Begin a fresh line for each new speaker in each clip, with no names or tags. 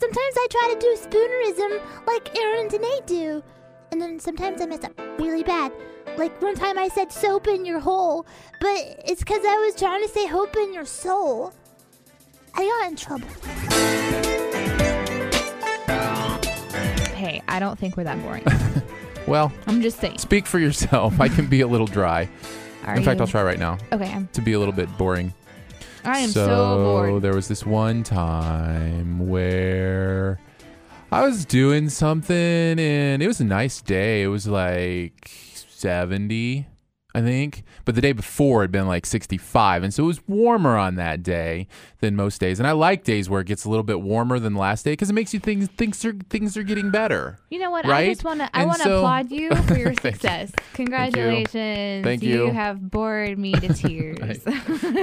Sometimes I try to do spoonerism like Aaron and Nate do, and then sometimes I mess up really bad. Like one time I said soap in your hole, but it's because I was trying to say hope in your soul. I got in trouble.
Hey, I don't think we're that boring.
Well,
I'm just saying.
speak for yourself. I can be a little dry.
Are
In fact,
you-
I'll try right now
Okay, I'm,
to be a little bit boring.
I am so,
so,
bored.
there was this one time where I was doing something and it was a nice day. It was like 70, I think. But the day before had been like 65. And so it was warmer on that day than most days. And I like days where it gets a little bit warmer than last day because it makes you think things are, things are getting better.
You know what?
Right?
I just want to. I
And
want to
so-
applaud you for your
Thank you.
success.
you.
Congratulations.
Thank you.
have bored me to tears.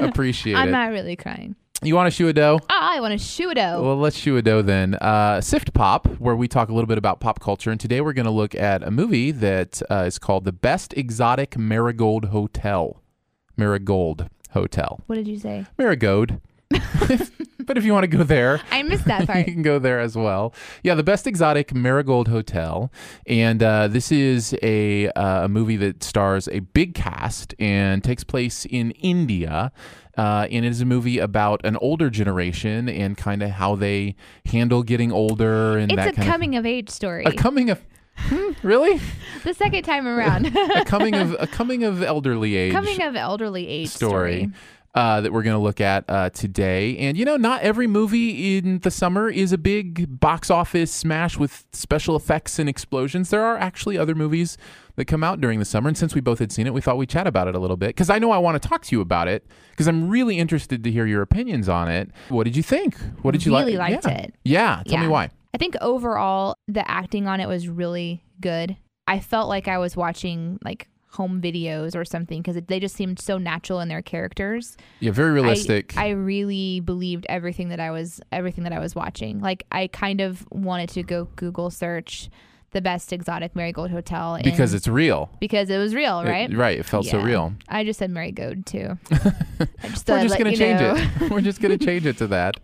Appreciate
I'm
it.
not really crying.
you want to shoe a dough?
Oh, I want to shoot out.
Well, let's shoe a dough then. Uh, Sift Pop, where we talk a little bit about pop culture. And today we're going to look at a movie that uh, is called The Best Exotic Marigold Hotel. Marigold Hotel.
What did you say?
Marigold. but if you want to go there,
I missed that part.
you can go there as well. Yeah, the best exotic Marigold Hotel, and uh, this is a uh, a movie that stars a big cast and takes place in India. Uh, and it is a movie about an older generation and kind of how they handle getting older and that
it's a
kind
coming of age story.
of a coming of Hmm, really
the second time around.
a coming of a coming of elderly age
coming of elderly age
story. Uh, that we're going to look at uh, today. And, you know, not every movie in the summer is a big box office smash with special effects and explosions. There are actually other movies that come out during the summer. And since we both had seen it, we thought we'd chat about it a little bit because I know I want to talk to you about it because I'm really interested to hear your opinions on it. What did you think? What did you like?
Really liked
yeah.
it.
Yeah. Tell me
Yeah.
why.
I think overall the acting on it was really good. I felt like I was watching like home videos or something because they just seemed so natural in their characters.
Yeah, very
I-
realistic.
I, really believed everything that I was everything that I was watching. Like I kind of wanted to go Google search the best exotic marigold hotel and-
because it's real.
because it was real,
It-
right?
right. It felt so
Yeah.
real.
I just said marigold too. I just
We're
thought I'd let
just going to
you
change
know.
it. We're just going to change it to that.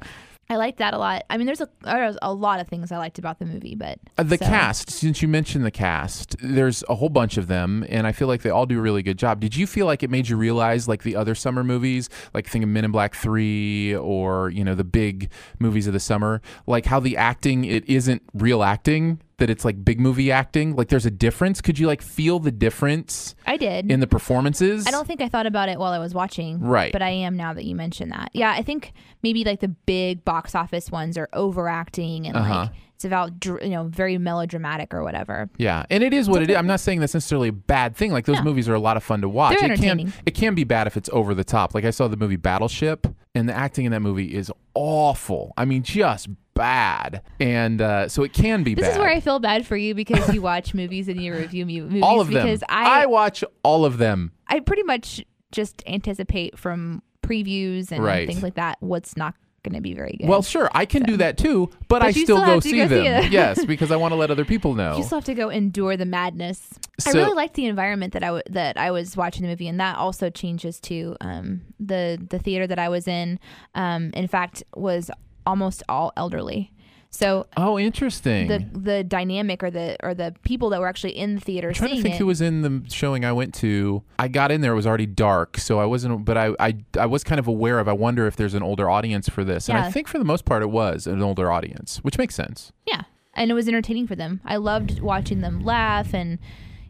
I liked that a lot. I mean, there's a there's a lot of things I liked about the movie, but
Uh, The
so-
cast, since you mentioned the cast, there's a whole bunch of them, and I feel like they all do a really good job. Did you feel like it made you realize, like the other summer movies, like think of Men in Black 3 or, you know, the big movies of the summer, like how the acting, it isn't real acting, that it's like big movie acting? Like there's a difference? Could you like feel the difference
I did.
in the performances?
I don't think I thought about it while I was watching.
Right.
But I am now that you mentioned that. Yeah, I think maybe like the big box office ones are overacting and
Uh-huh.
like it's about dr- you know very melodramatic or whatever.
Yeah, and it is what it is. I'm not saying that's necessarily a bad thing. Like those movies are a lot of fun to watch.
They're
it can
entertaining.
it can be bad if it's over the top. Like I saw the movie Battleship, and the acting in that movie is awful. I mean, just bad. And uh, so it can be
This
bad.
is where I feel bad for you because you watch movies and you review mu- movies
all of them.
because I
watch all of them.
I pretty much just anticipate from previews and
Right.
things like that what's not going to be very good.
Well, sure, I can do that too, but, I
you
still,
still
go
have to
see
go see
them.
it.
yes, because I want to let other people know.
You still have to go endure the madness. I
Oh. So-
really liked the environment that I w- that I was watching the movie, and that also changes to um, the the theater that I was in. Um, in fact, was almost all elderly. So
oh, interesting.
the the dynamic or the or the people that were actually in the theater
I'm trying to
seeing
think
it.
who was in the showing I went to. I got in there; it was already dark, so I wasn't. But I, I, I was kind of aware of. I wonder if there's an older audience for this, and I
Yeah.
think for the most part, it was an older audience, which makes sense.
yeah, and it was entertaining for them. I loved watching them laugh and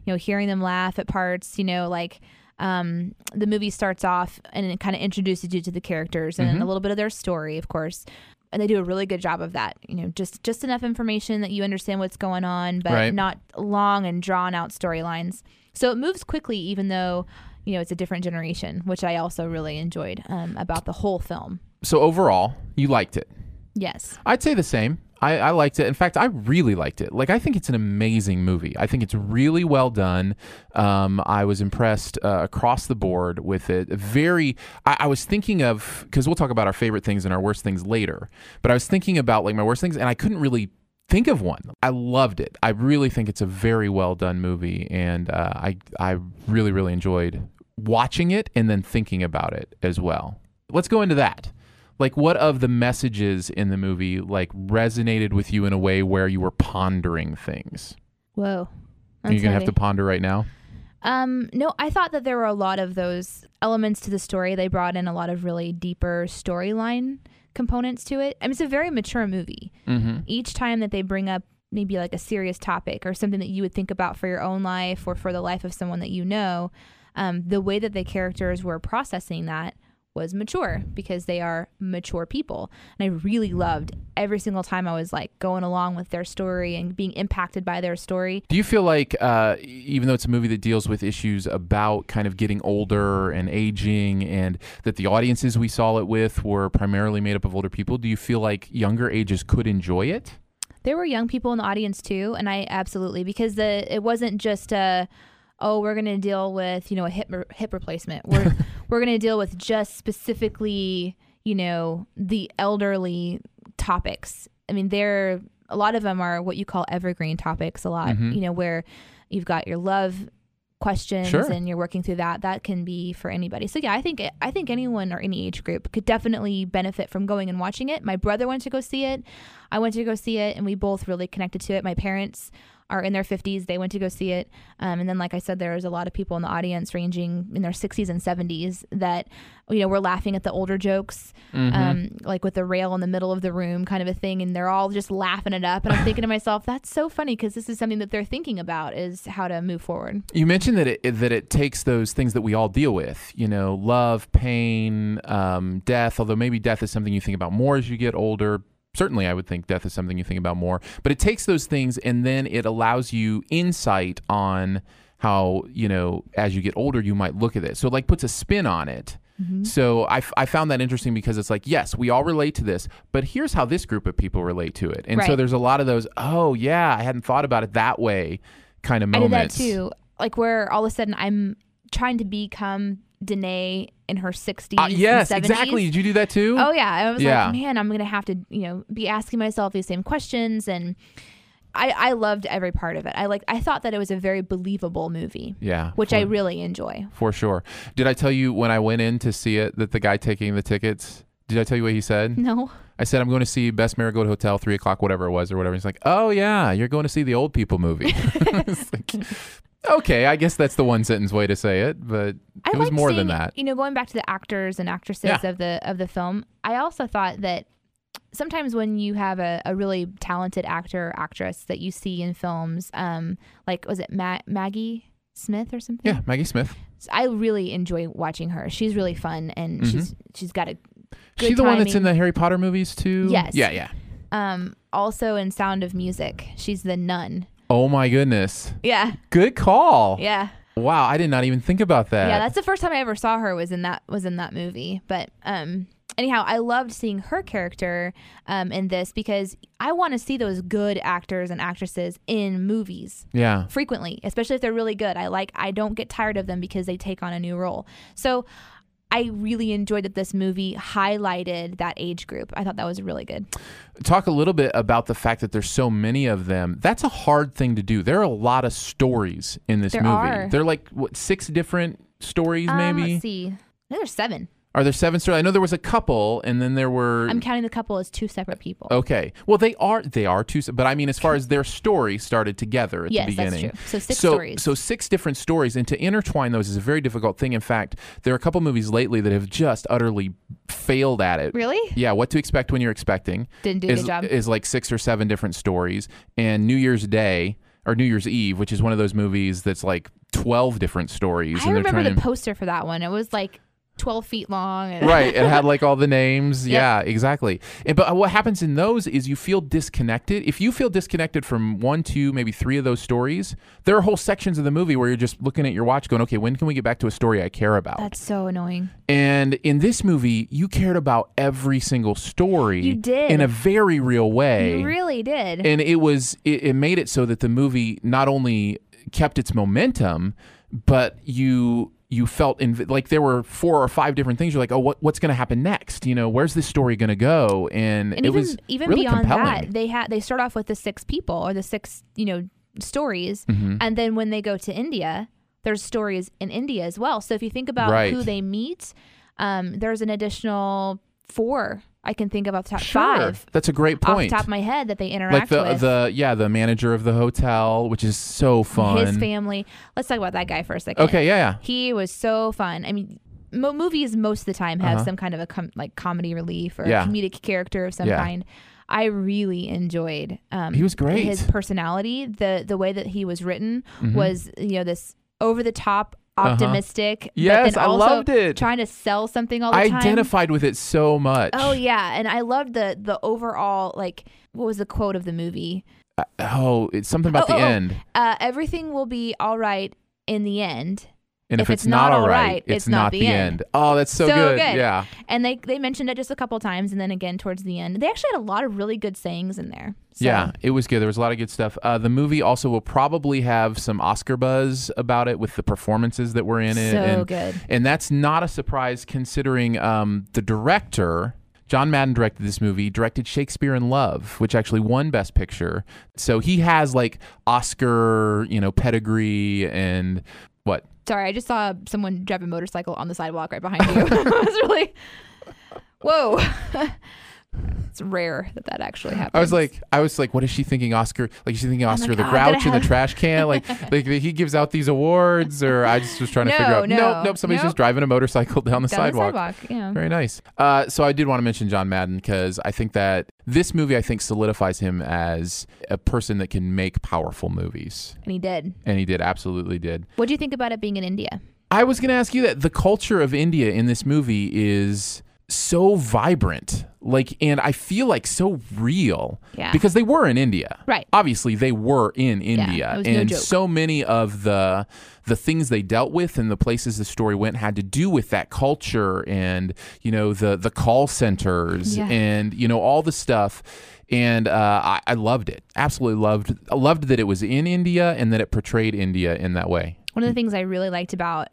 you know hearing them laugh at parts. You know, like. Um, the movie starts off and it kind of introduces you to the characters and
Mm-hmm.
a little bit of their story, of course. and they do a really good job of that you know just just enough information that you understand what's going on but
Right.
not long and drawn out storylines so it moves quickly even though you know it's a different generation which i also really enjoyed um, about the whole film
so overall, you liked it.
Yes.
I'd say the same. I, I liked it. In fact, I really liked it. Like, I think it's an amazing movie. I think it's really well done. Um, I was impressed uh, across the board with it. Very, I, I was thinking of, because we'll talk about our favorite things and our worst things later, but I was thinking about like my worst things and I couldn't really think of one. I loved it. I really think it's a very well done movie. And uh, I, I really, really enjoyed watching it and then thinking about it as well. Let's go into that like what of the messages in the movie like resonated with you in a way where you were pondering things
Whoa.
are you
That's
gonna have
heavy.
to ponder right now
Um, no, I thought that there were a lot of those elements to the story. They brought in a lot of really deeper storyline components to it. I mean, it's a very mature movie.
mm-hmm.
Each time that they bring up maybe like a serious topic or something that you would think about for your own life or for the life of someone that you know, um, the way that the characters were processing that was mature because they are mature people. And I really loved every single time I was like going along with their story and being impacted by their story.
do you feel like uh, e- even though it's a movie that deals with issues about kind of getting older and aging and that the audiences we saw it with were primarily made up of older people do you feel like younger ages could enjoy it
there were young people in the audience too and i absolutely because the it wasn't just a oh we're going to deal with you know a hip re- hip replacement we're we're going to deal with just specifically you know the elderly topics i mean there a lot of them are what you call evergreen topics a lot
Mhm.
you know where you've got your love questions
Sure.
and you're working through that that can be for anybody so yeah i think i think anyone or any age group could definitely benefit from going and watching it my brother went to go see it i went to go see it and we both really connected to it my parents are in their 50s they went to go see it um, and then like i said there was a lot of people in the audience ranging in their 60s and 70s that you know were laughing at the older jokes
Mm-hmm.
um, like with the rail in the middle of the room kind of a thing and they're all just laughing it up and i'm thinking to myself that's so funny because this is something that they're thinking about is how to move forward
You mentioned that it that it takes those things that we all deal with, you know, love, pain, um, death. Although maybe death is something you think about more as you get older. Certainly, I would think death is something you think about more. But it takes those things and then it allows you insight on how you know as you get older you might look at it. So it, like puts a spin on it.
Mm-hmm.
So I, f- I found that interesting because it's like yes we all relate to this, but here's how this group of people relate to it. And so
Right.
there's a lot of those. Oh yeah, I hadn't thought about it that way. Kind of moments.
I did that too. Like where all of a sudden I'm trying to become Danae in her 60s.
Uh, yes,
and 70s.
exactly. Did you do that too?
Oh yeah, I was
Yeah.
like, man, I'm gonna have to, you know, be asking myself these same questions, and I I loved every part of it. I like I thought that it was a very believable movie,
yeah.
which
for,
I really enjoy.
for sure. Did I tell you when I went in to see it that the guy taking the tickets? Did I tell you what he said?
No,
I said I'm going to see Best Marigold Hotel, three o'clock, whatever it was, or whatever. He's like, "Oh yeah, you're going to see the old people movie." It's like, okay, I guess that's the one sentence way to say it, but
I
it was
liked
more
seeing,
than that.
You know, going back to the actors and actresses
Yeah.
of the of the film, I also thought that sometimes when you have a, a really talented actor or actress that you see in films, um, like was it Ma- Maggie Smith or something?
Yeah, Maggie Smith.
I really enjoy watching her. She's really fun and she's she's got a
Mm-hmm. She
Good
the one that's in
timing.
the Harry Potter movies too.
Yes.
Yeah, yeah.
um also in Sound of Music. She's the nun.
Oh my goodness.
Yeah,
Good call.
yeah,
Wow, I did not even think about that.
yeah. That's the first time I ever saw her was in that was in that movie. But um, anyhow, I loved seeing her character um in this because I want to see those good actors and actresses in movies.
yeah.
frequently, especially if they're really good. I like I don't get tired of them because they take on a new role. So I really enjoyed that this movie highlighted that age group. I thought that was really good.
talk a little bit about the fact that there's so many of them. That's a hard thing to do. There are a lot of stories in this
There
movie.
are.
There are like what six different stories
Um,
maybe?
let's see. I think there's seven.
Are there seven stories? I know there was a couple and then there were
I'm counting the couple as two separate people.
Okay. Well, they are they are two but I mean as far as their story started together at
Yes,
the
that's
beginning.
true. So six
so,
stories.
So six different stories and to intertwine those is a very difficult thing. In fact, there are a couple movies lately that have just utterly failed at it.
Really?
Yeah, what to expect when you're expecting.
Didn't do a
is,
good job.
Is like six or seven different stories. And New Year's Day or New Year's Eve, which is one of those movies that's like twelve different stories.
I
and they're
remember
trying
the
to,
poster for that one. It was like 12 feet long. And
right it had like all the names
Yep.
yeah exactly and but uh, what happens in those is you feel disconnected if you feel disconnected from one two maybe three of those stories there are whole sections of the movie where you're just looking at your watch going okay when can we get back to a story i care about
That's so annoying.
and in this movie you cared about every single story
You did.
in a very real way
You really did.
and it was it, it made it so that the movie not only kept its momentum but you you felt inv- like there were four or five different things you're like oh what, what's going to happen next you know where's this story going to go and,
and
it
even
was
even
really
beyond
compelling
that, they had they start off with the six people or the six you know stories,
Mm-hmm.
and then when they go to India, there's stories in India as well. So if you think about
Right.
who they meet, um, there's an additional four I can think of off the top
sure
five
that's a great
off the
point
top of my head that they
like
interact
the
with.
the yeah the manager of the hotel which is so fun
his family. Let's talk about that guy for a second.
okay yeah yeah
he was so fun. I mean, mo- movies most of the time have
Uh-huh.
some kind of a com- like comedy relief or
Yeah.
a comedic character of some
Yeah.
kind. I really enjoyed. Um,
He was great. Mm-hmm.
His personality, the the way that he was written, was you know this over the top, optimistic. but
Uh-huh. Yes,
then
I
also
loved it.
Trying to sell something all the
I
time.
identified with it so much
Oh yeah, and I loved the the overall like what was the quote of the movie?
oh it's something about
Oh,
the
oh, oh.
end
Uh, everything will be all right in the end.
and if, it's, not, all right,
it's not the end.
oh that's so, yeah
And they they mentioned it just a couple times, and then again towards the end, they actually had a lot of really good sayings in there. So,
Yeah, it was good. There was a lot of good stuff. Uh, the movie also will probably have some Oscar buzz about it with the performances that were in it.
So
and,
good.
And that's not a surprise considering um, the director. John Madden directed this movie, directed Shakespeare in Love, which actually won Best Picture. So he has like Oscar, you know, pedigree and what?
Sorry, I just saw someone drive a motorcycle on the sidewalk right behind you. I was really, whoa. it's rare that that actually happens.
I was like, I was like, what is she thinking, Oscar? Like, she's thinking Oscar
like,
the
"Oh, I'm gonna
Grouch in the
have-
trash can. Like, like he gives out these awards, or I just was trying to figure
No,
out.
no,
nope, nope. Somebody's just
nope.
driving a motorcycle down the,
down
sidewalk.
the sidewalk. Yeah.
Very nice. Uh, so I did want to mention John Madden because I think that this movie, I think, solidifies him as a person that can make powerful movies,
And he did.
and he did absolutely did.
What do you think about it being in India?
I was going to ask you that the culture of India in this movie is so vibrant, like, and I feel like so real
Yeah.
because they were in India,
Right.
Obviously, they were in India,
it was no
and
joke.
so many of the the things they dealt with and the places the story went had to do with that culture, and you know the the call centers,
Yeah.
and you know all the stuff. And uh, I, I loved it. Absolutely loved. I loved that it was in India and that it portrayed India in that way.
One of the things I really liked about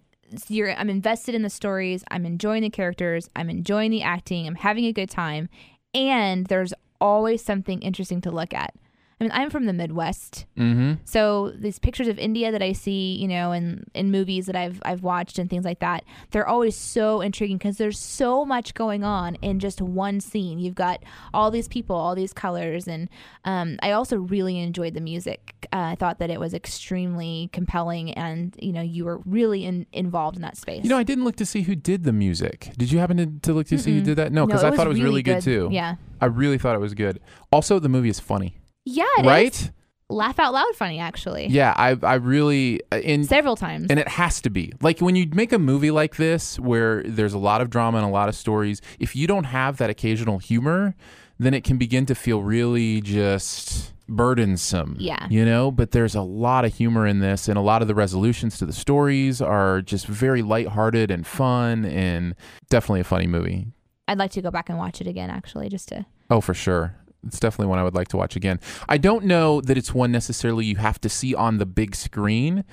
you're, I'm invested in the stories, I'm enjoying the characters, I'm enjoying the acting, I'm having a good time, and there's always something interesting to look at. I mean, I'm from the Midwest,
Mm-hmm.
so these pictures of India that I see, you know, in in movies that I've I've watched and things like that, they're always so intriguing because there's so much going on in just one scene. You've got all these people, all these colors, and um, I also really enjoyed the music. Uh, I thought that it was extremely compelling, and you know, you were really in, involved in that space.
You know, I didn't look to see who did the music. Did you happen to, to look to see who did that? No,
No,
because
it
I thought
was
it was really,
really
good.
good.
too.
Yeah.
I really thought it was good. Also, the movie is funny,
yeah, it is
right?
laugh out loud funny actually.
Yeah, I I really uh, in
Several times.
and it has to be like when you make a movie like this where there's a lot of drama and a lot of stories. If you don't have that occasional humor, then it can begin to feel really just burdensome.
Yeah.
you know. But there's a lot of humor in this, and a lot of the resolutions to the stories are just very lighthearted and fun, and definitely a funny movie.
I'd like to go back and watch it again actually, just to
Oh, for sure. It's definitely one I would like to watch again. I don't know that it's one necessarily you have to see on the big screen.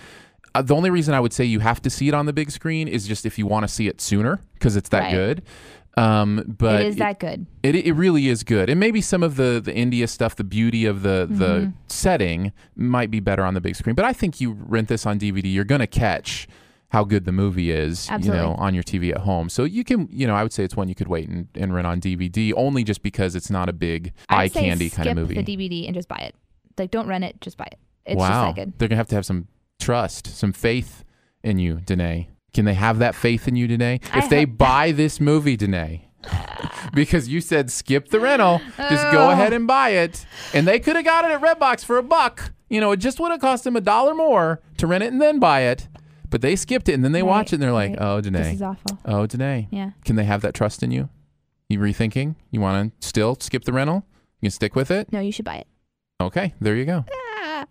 Uh, the only reason I would say you have to see it on the big screen is just if you want to see it sooner because it's that
Right.
good. Um, but
it is that good.
it, it really is good. And maybe some of the, the India stuff, the beauty of the,
Mm-hmm.
the setting might be better on the big screen. But I think you rent this on DVD, you're going to catch how good the movie is, you know,
Absolutely.
on your TV at home. So you can, you know, I would say it's one you could wait and, and rent on DVD only just because it's not a big eye
I'd say
candy kind of
skip
movie.
The DVD and just buy it. Like, don't rent it, just buy it. It's
wow.
just that good.
They're going to have to have some trust, some faith in you, Danae. Can they have that faith in you, Danae?
I
if they
hope-
buy this movie, Danae. because you said skip the rental, just go
Oh.
ahead and buy it. And they could have got it at Redbox for a buck. You know, it just would have cost them a dollar more to rent it and then buy it. But they skipped it and then they
Right,
watch it and they're like,
right.
oh,
This is
Danae.
awful.
Oh, Danae.
Yeah.
Can they have that trust in you? You rethinking? You want to still skip the rental? You can stick with it?
No, you should buy it.
Okay, there you go.
Ah.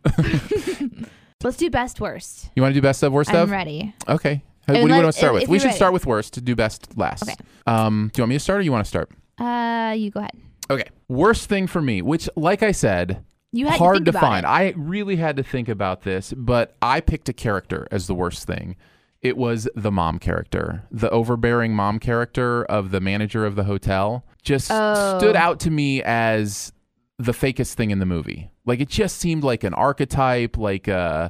Let's do best worst.
You want to do best of worst
I'm
of?
ready.
Okay. Hey,
And
what do you
let-
want to start
if-
with?
if
We
you're
should
ready.
start with worst to do best last.
Okay.
Um, do you want me to start or you want to start?
Uh, you go ahead.
Okay. Worst thing for me, which, like I said,
You had
hard
to,
to,
think about
find.
It.
I really had to think about this, but I picked a character as the worst thing. It was the mom character, the overbearing mom character of the manager of the hotel, just
Oh.
stood out to me as the fakest thing in the movie. Like it just seemed like an archetype, like uh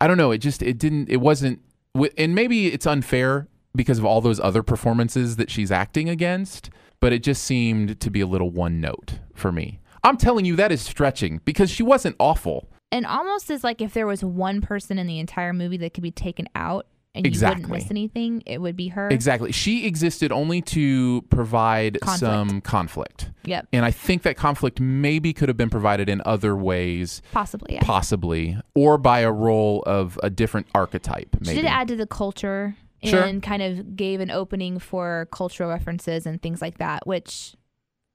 I don't know, it just it didn't it wasn't wi- and maybe it's unfair because of all those other performances that she's acting against, but it just seemed to be a little one note for me. I'm telling you that is stretching because she wasn't awful.
And almost as like if there was one person in the entire movie that could be taken out and you
Exactly.
wouldn't miss anything, it would be her.
Exactly. She existed only to provide
Conflict.
some conflict.
Yep.
And I think that conflict maybe could have been provided in other ways,
Possibly. Yeah.
possibly, or by a role of a different archetype,
She
maybe.
did add to the culture and
Sure.
kind of gave an opening for cultural references and things like that, which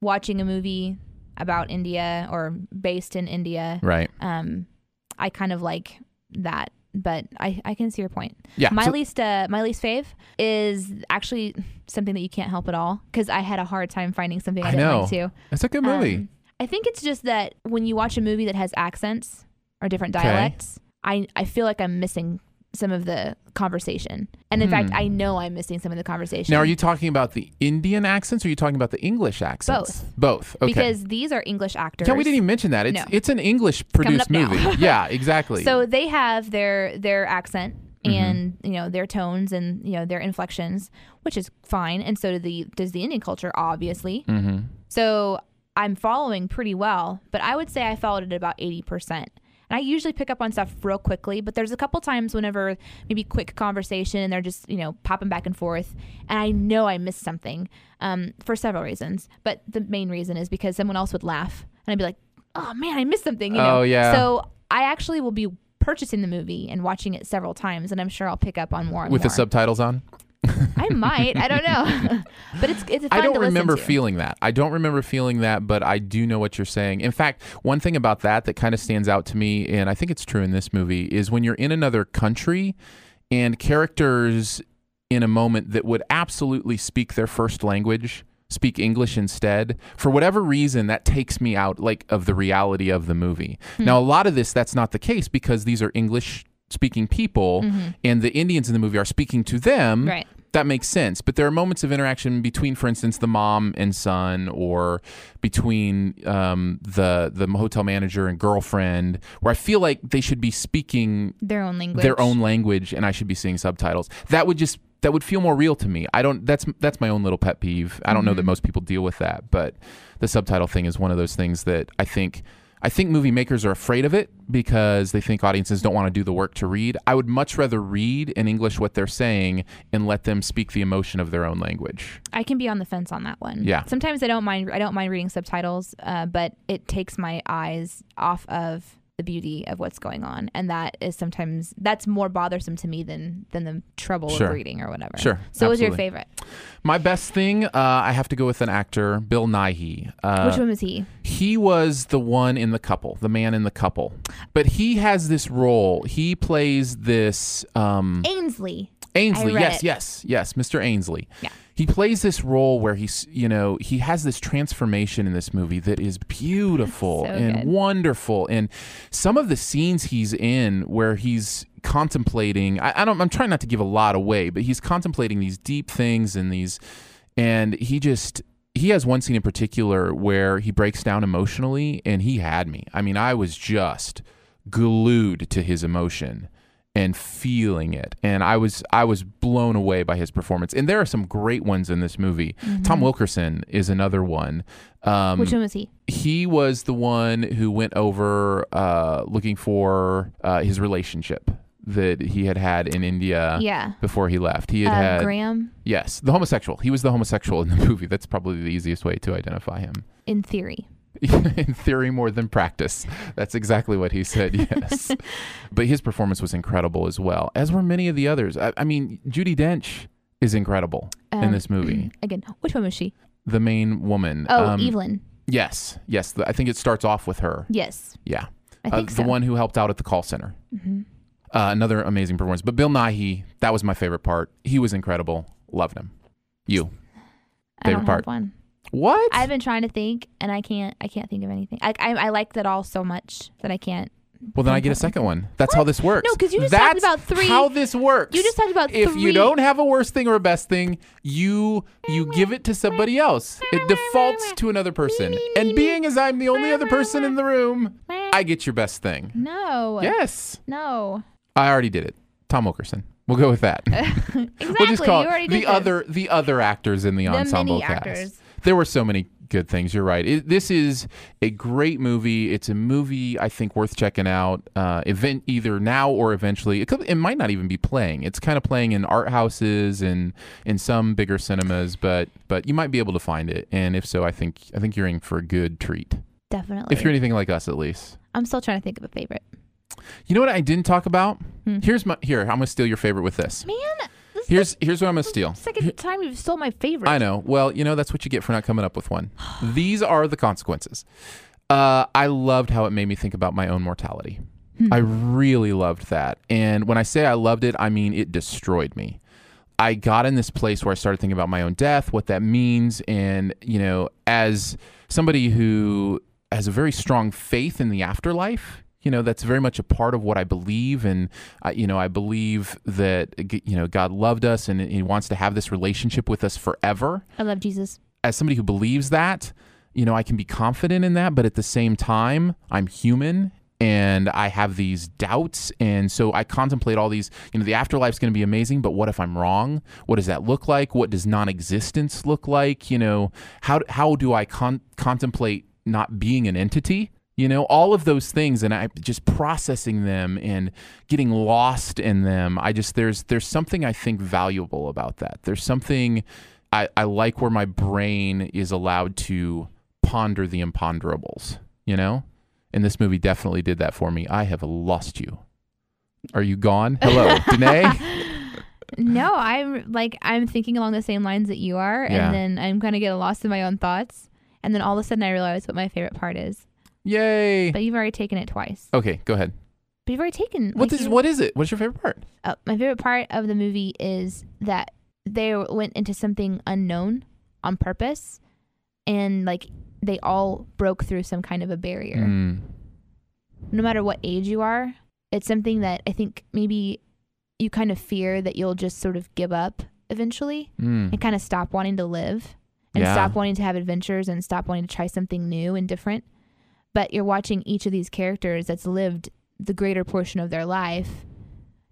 watching a movie about India or based in India,
right.
um, I kind of like that. But I, I can see your point.
Yeah.
my
so-
least uh, my least fave is actually something that you can't help at all because I had a hard time finding something I,
I
didn't
know.
like too.
It's a good movie.
Um, I think it's just that when you watch a movie that has accents or different
Okay.
dialects, I I feel like I'm missing some of the conversation. And in fact, I know I'm missing some of the conversation.
Hmm. now, are you talking about the Indian accents or are you talking about the English accents? Both. Both. Okay.
Because these are English actors.
yeah, we didn't even mention that. It's
No.
it's an English produced
coming up
movie.
now.
yeah, exactly. Mm-hmm.
So they have their their accent and you know their tones and you know their inflections, which is fine. And so do the does the Indian culture, obviously. Mm-hmm. So I'm following pretty well, but I would say I followed it about eighty percent. And I usually pick up on stuff real quickly, but there's a couple times whenever maybe quick conversation and they're just you know popping back and forth, and I know I missed something um, for several reasons. But the main reason is because someone else would laugh, and I'd be like, "Oh man, I missed something." You know?
Oh, yeah.
So so I actually will be purchasing the movie and watching it several times, and I'm sure I'll pick up on more. And
with
more.
the subtitles on?
I might. I don't know, but it's it's. Fun
I don't
to listen
remember
to.
feeling that. I don't remember feeling that, but I do know what you're saying. In fact, one thing about that that kind of stands out to me, and I think it's true in this movie, is when you're in another country and characters in a moment that would absolutely speak their first language speak English instead. For whatever reason, that takes me out like of the reality of the movie.
Hmm.
Now, a lot of this that's not the case because these are English speaking people and the Indians in the movie are speaking to them
Mm-hmm. Right.
that makes sense. But there are moments of interaction between, for instance, the mom and son, or between um, the the hotel manager and girlfriend, where I feel like they should be speaking
their own language.
their own language, and I should be seeing subtitles. That would just that would feel more real to me. I don't. That's that's my own little pet peeve. I don't know that most people deal with that, but the subtitle thing is one of those things that I think. I think movie makers are afraid of it because they think audiences don't want to do the work to read. I would much rather read in English what they're saying and let them speak the emotion of their own language.
I can be on the fence on that one.
Yeah.
Sometimes I don't mind. I don't mind reading subtitles, uh, but it takes my eyes off of the beauty of what's going on, and that is sometimes that's more bothersome to me than than the trouble
Sure.
of reading or whatever.
Sure.
So, what's your
Absolutely.
favorite?
My best thing, uh, I have to go with an actor, Bill Nighy. Uh,
Which one was he?
he was the one in the couple, the man in the couple. But he has this role. He plays this um,
Ainsley.
Ainsley.
I read
Yes,
it.
yes, yes, Mr. Ainsley.
Yeah.
He plays this role where he's, you know, he has this transformation in this movie that is beautiful
So
and
good.
wonderful. And some of the scenes he's in where he's contemplating, I, I don't, I'm trying not to give a lot away, but he's contemplating these deep things and these, and he just, he has one scene in particular where he breaks down emotionally and he had me. I mean, I was just glued to his emotion and feeling it and i was i was blown away by his performance and there are some great ones in this movie tom wilkerson is another one um,
Mm-hmm. Which one was he?
he was the one who went over uh, looking for uh, his relationship that he had had in india
yeah.
before he left uh, he had
Uh,
had
Graham,
yes the homosexual he was the homosexual in the movie that's probably the easiest way to identify him
in theory.
in theory more than practice. That's exactly what he said, yes. but his performance was incredible as well, as were many of the others. I, I mean, Judy Dench is incredible in
Um,
this movie.
Again, which one was she?
The main woman.
Oh,
um,
Evelyn.
Yes, yes. The, I think it starts off with her.
Yes,
Yeah.
I
Uh,
think
the
so. Mm-hmm.
one who helped out at the call center. Uh, another amazing performance. But Bill Nighy, that was my favorite part. He was incredible. Loved him. You.
I
favorite
don't
part.
have one.
What?
I've been trying to think, and I can't. I can't think of anything. I I, I like that all so much that I can't.
well, then I get a second one. That's how this works.
No, 'cause you just
That's
talked about three-
How this works.
You just talked about
If you
three-
don't have a worst thing or a best thing, you you give it to somebody else. It defaults to another person. And being as I'm the only other person in the room, I get your best thing.
No.
Yes.
No.
I already did it. Tom Wilkerson. We'll go with that.
Exactly.
we'll just call
you
it
already
the
did this.
other the other actors in the,
many
ensemble cast.
actors.
There were so many good things. You're right. It, this is a great movie. It's a movie I think worth checking out. Uh, event either now or eventually. It could, it might not even be playing. It's kind of playing in art houses and in some bigger cinemas, but but you might be able to find it. And if so, I think I think you're in for a good treat.
Definitely.
If you're anything like us, at least.
I'm still trying to think of a favorite.
You know what I didn't talk about?
Hmm.
Here's my here. I'm gonna steal your favorite with this.
Man, this
Here's here's what I'm gonna steal.
second time you've stole my favorite.
I know. Well, you know, that's what you get for not coming up with one. These are the consequences. Uh, I loved how it made me think about my own mortality. I really loved that. And when I say I loved it, I mean it destroyed me. I got in this place where I started thinking about my own death, what that means. And, you know, as somebody who has a very strong faith in the afterlife, you know, that's very much a part of what I believe. And, I, you know, I believe that, you know, God loved us and He wants to have this relationship with us forever
I love Jesus.
as somebody who believes that, you know, I can be confident in that, but at the same time, I'm human and I have these doubts. And so I contemplate all these, you know, the afterlife's going to be amazing, but what if I'm wrong? What does that look like? What does non existence look like? You know, how, how do I con- contemplate not being an entity? You know, all of those things and I just processing them and getting lost in them. I just, there's, there's something I think valuable about that. There's something I, I like where my brain is allowed to ponder the imponderables, you know? And this movie definitely did that for me. I have lost you. Are you gone? Hello, Danae?
No, I'm like I'm thinking along the same lines that you are,
Yeah.
and then I'm kind of getting lost in my own thoughts, and then all of a sudden I realize what my favorite part is.
Yay.
But you've already taken it twice.
Okay, go ahead.
But you've already taken. like,
What is
you-
what is it? What's your favorite part?
Uh, my favorite part of the movie is that they went into something unknown on purpose, and like they all broke through some kind of a barrier.
Mm.
no matter what age you are, it's something that I think maybe you kind of fear that you'll just sort of give up eventually
Mm.
and kind of stop wanting to live and
Yeah.
stop wanting to have adventures and stop wanting to try something new and different. But you're watching each of these characters that's lived the greater portion of their life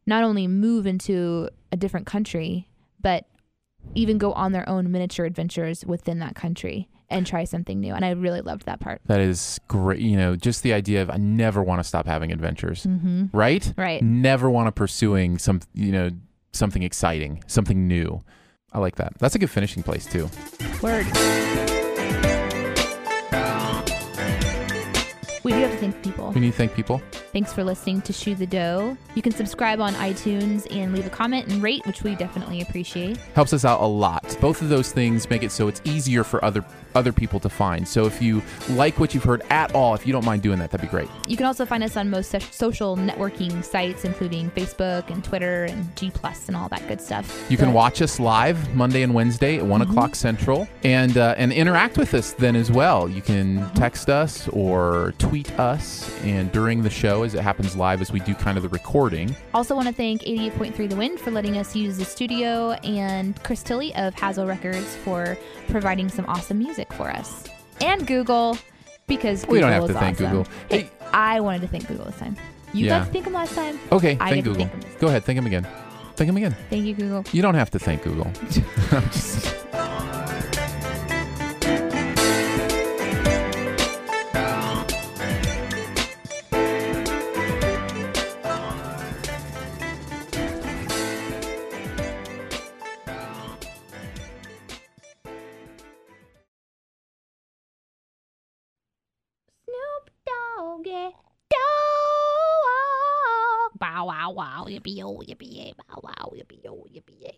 not only move into a different country, but even go on their own miniature adventures within that country and try something new. And I really loved that part.
That is great. You know, just the idea of I never want to stop having adventures,
Mm-hmm.
right?
Right.
Never want to pursuing some, you know, something exciting, something new. I like that. That's a good finishing place too.
Word. We do have to thank people.
We need to thank people.
Thanks for listening to Shoe the Dough. You can subscribe on iTunes and leave a comment and rate, which we definitely appreciate.
helps us out a lot. Both of those things make it so it's easier for other other people to find. So if you like what you've heard at all, if you don't mind doing that, that'd be great.
You can also find us on most so- social networking sites, including Facebook and Twitter and G Plus and all that good stuff.
You can
But-
watch us live Monday and Wednesday at
Mm-hmm.
one o'clock central, and uh, and interact with us then as well. You
Mm-hmm.
can text us or tweet us, and during the show, as it happens live, as we do kind of the recording.
Also, want to thank 88.3 The Wind for letting us use the studio and Chris Tilley of Hazel Records for providing some awesome music for us. And Google, because Google
We don't have
is
to thank
awesome.
Google.
Hey,
Hey.
I wanted to thank Google this time. You
Yeah.
got to thank him last time.
Okay,
I
thank
get to
Google.
thank 'em this
Go ahead, thank him again. Thank him again.
Thank you, Google.
You don't have to thank Google. I'm just-
doggy, dog.
eh? Bow wow wow yippee oh yippee yay, bow wow yippee oh yippee yay.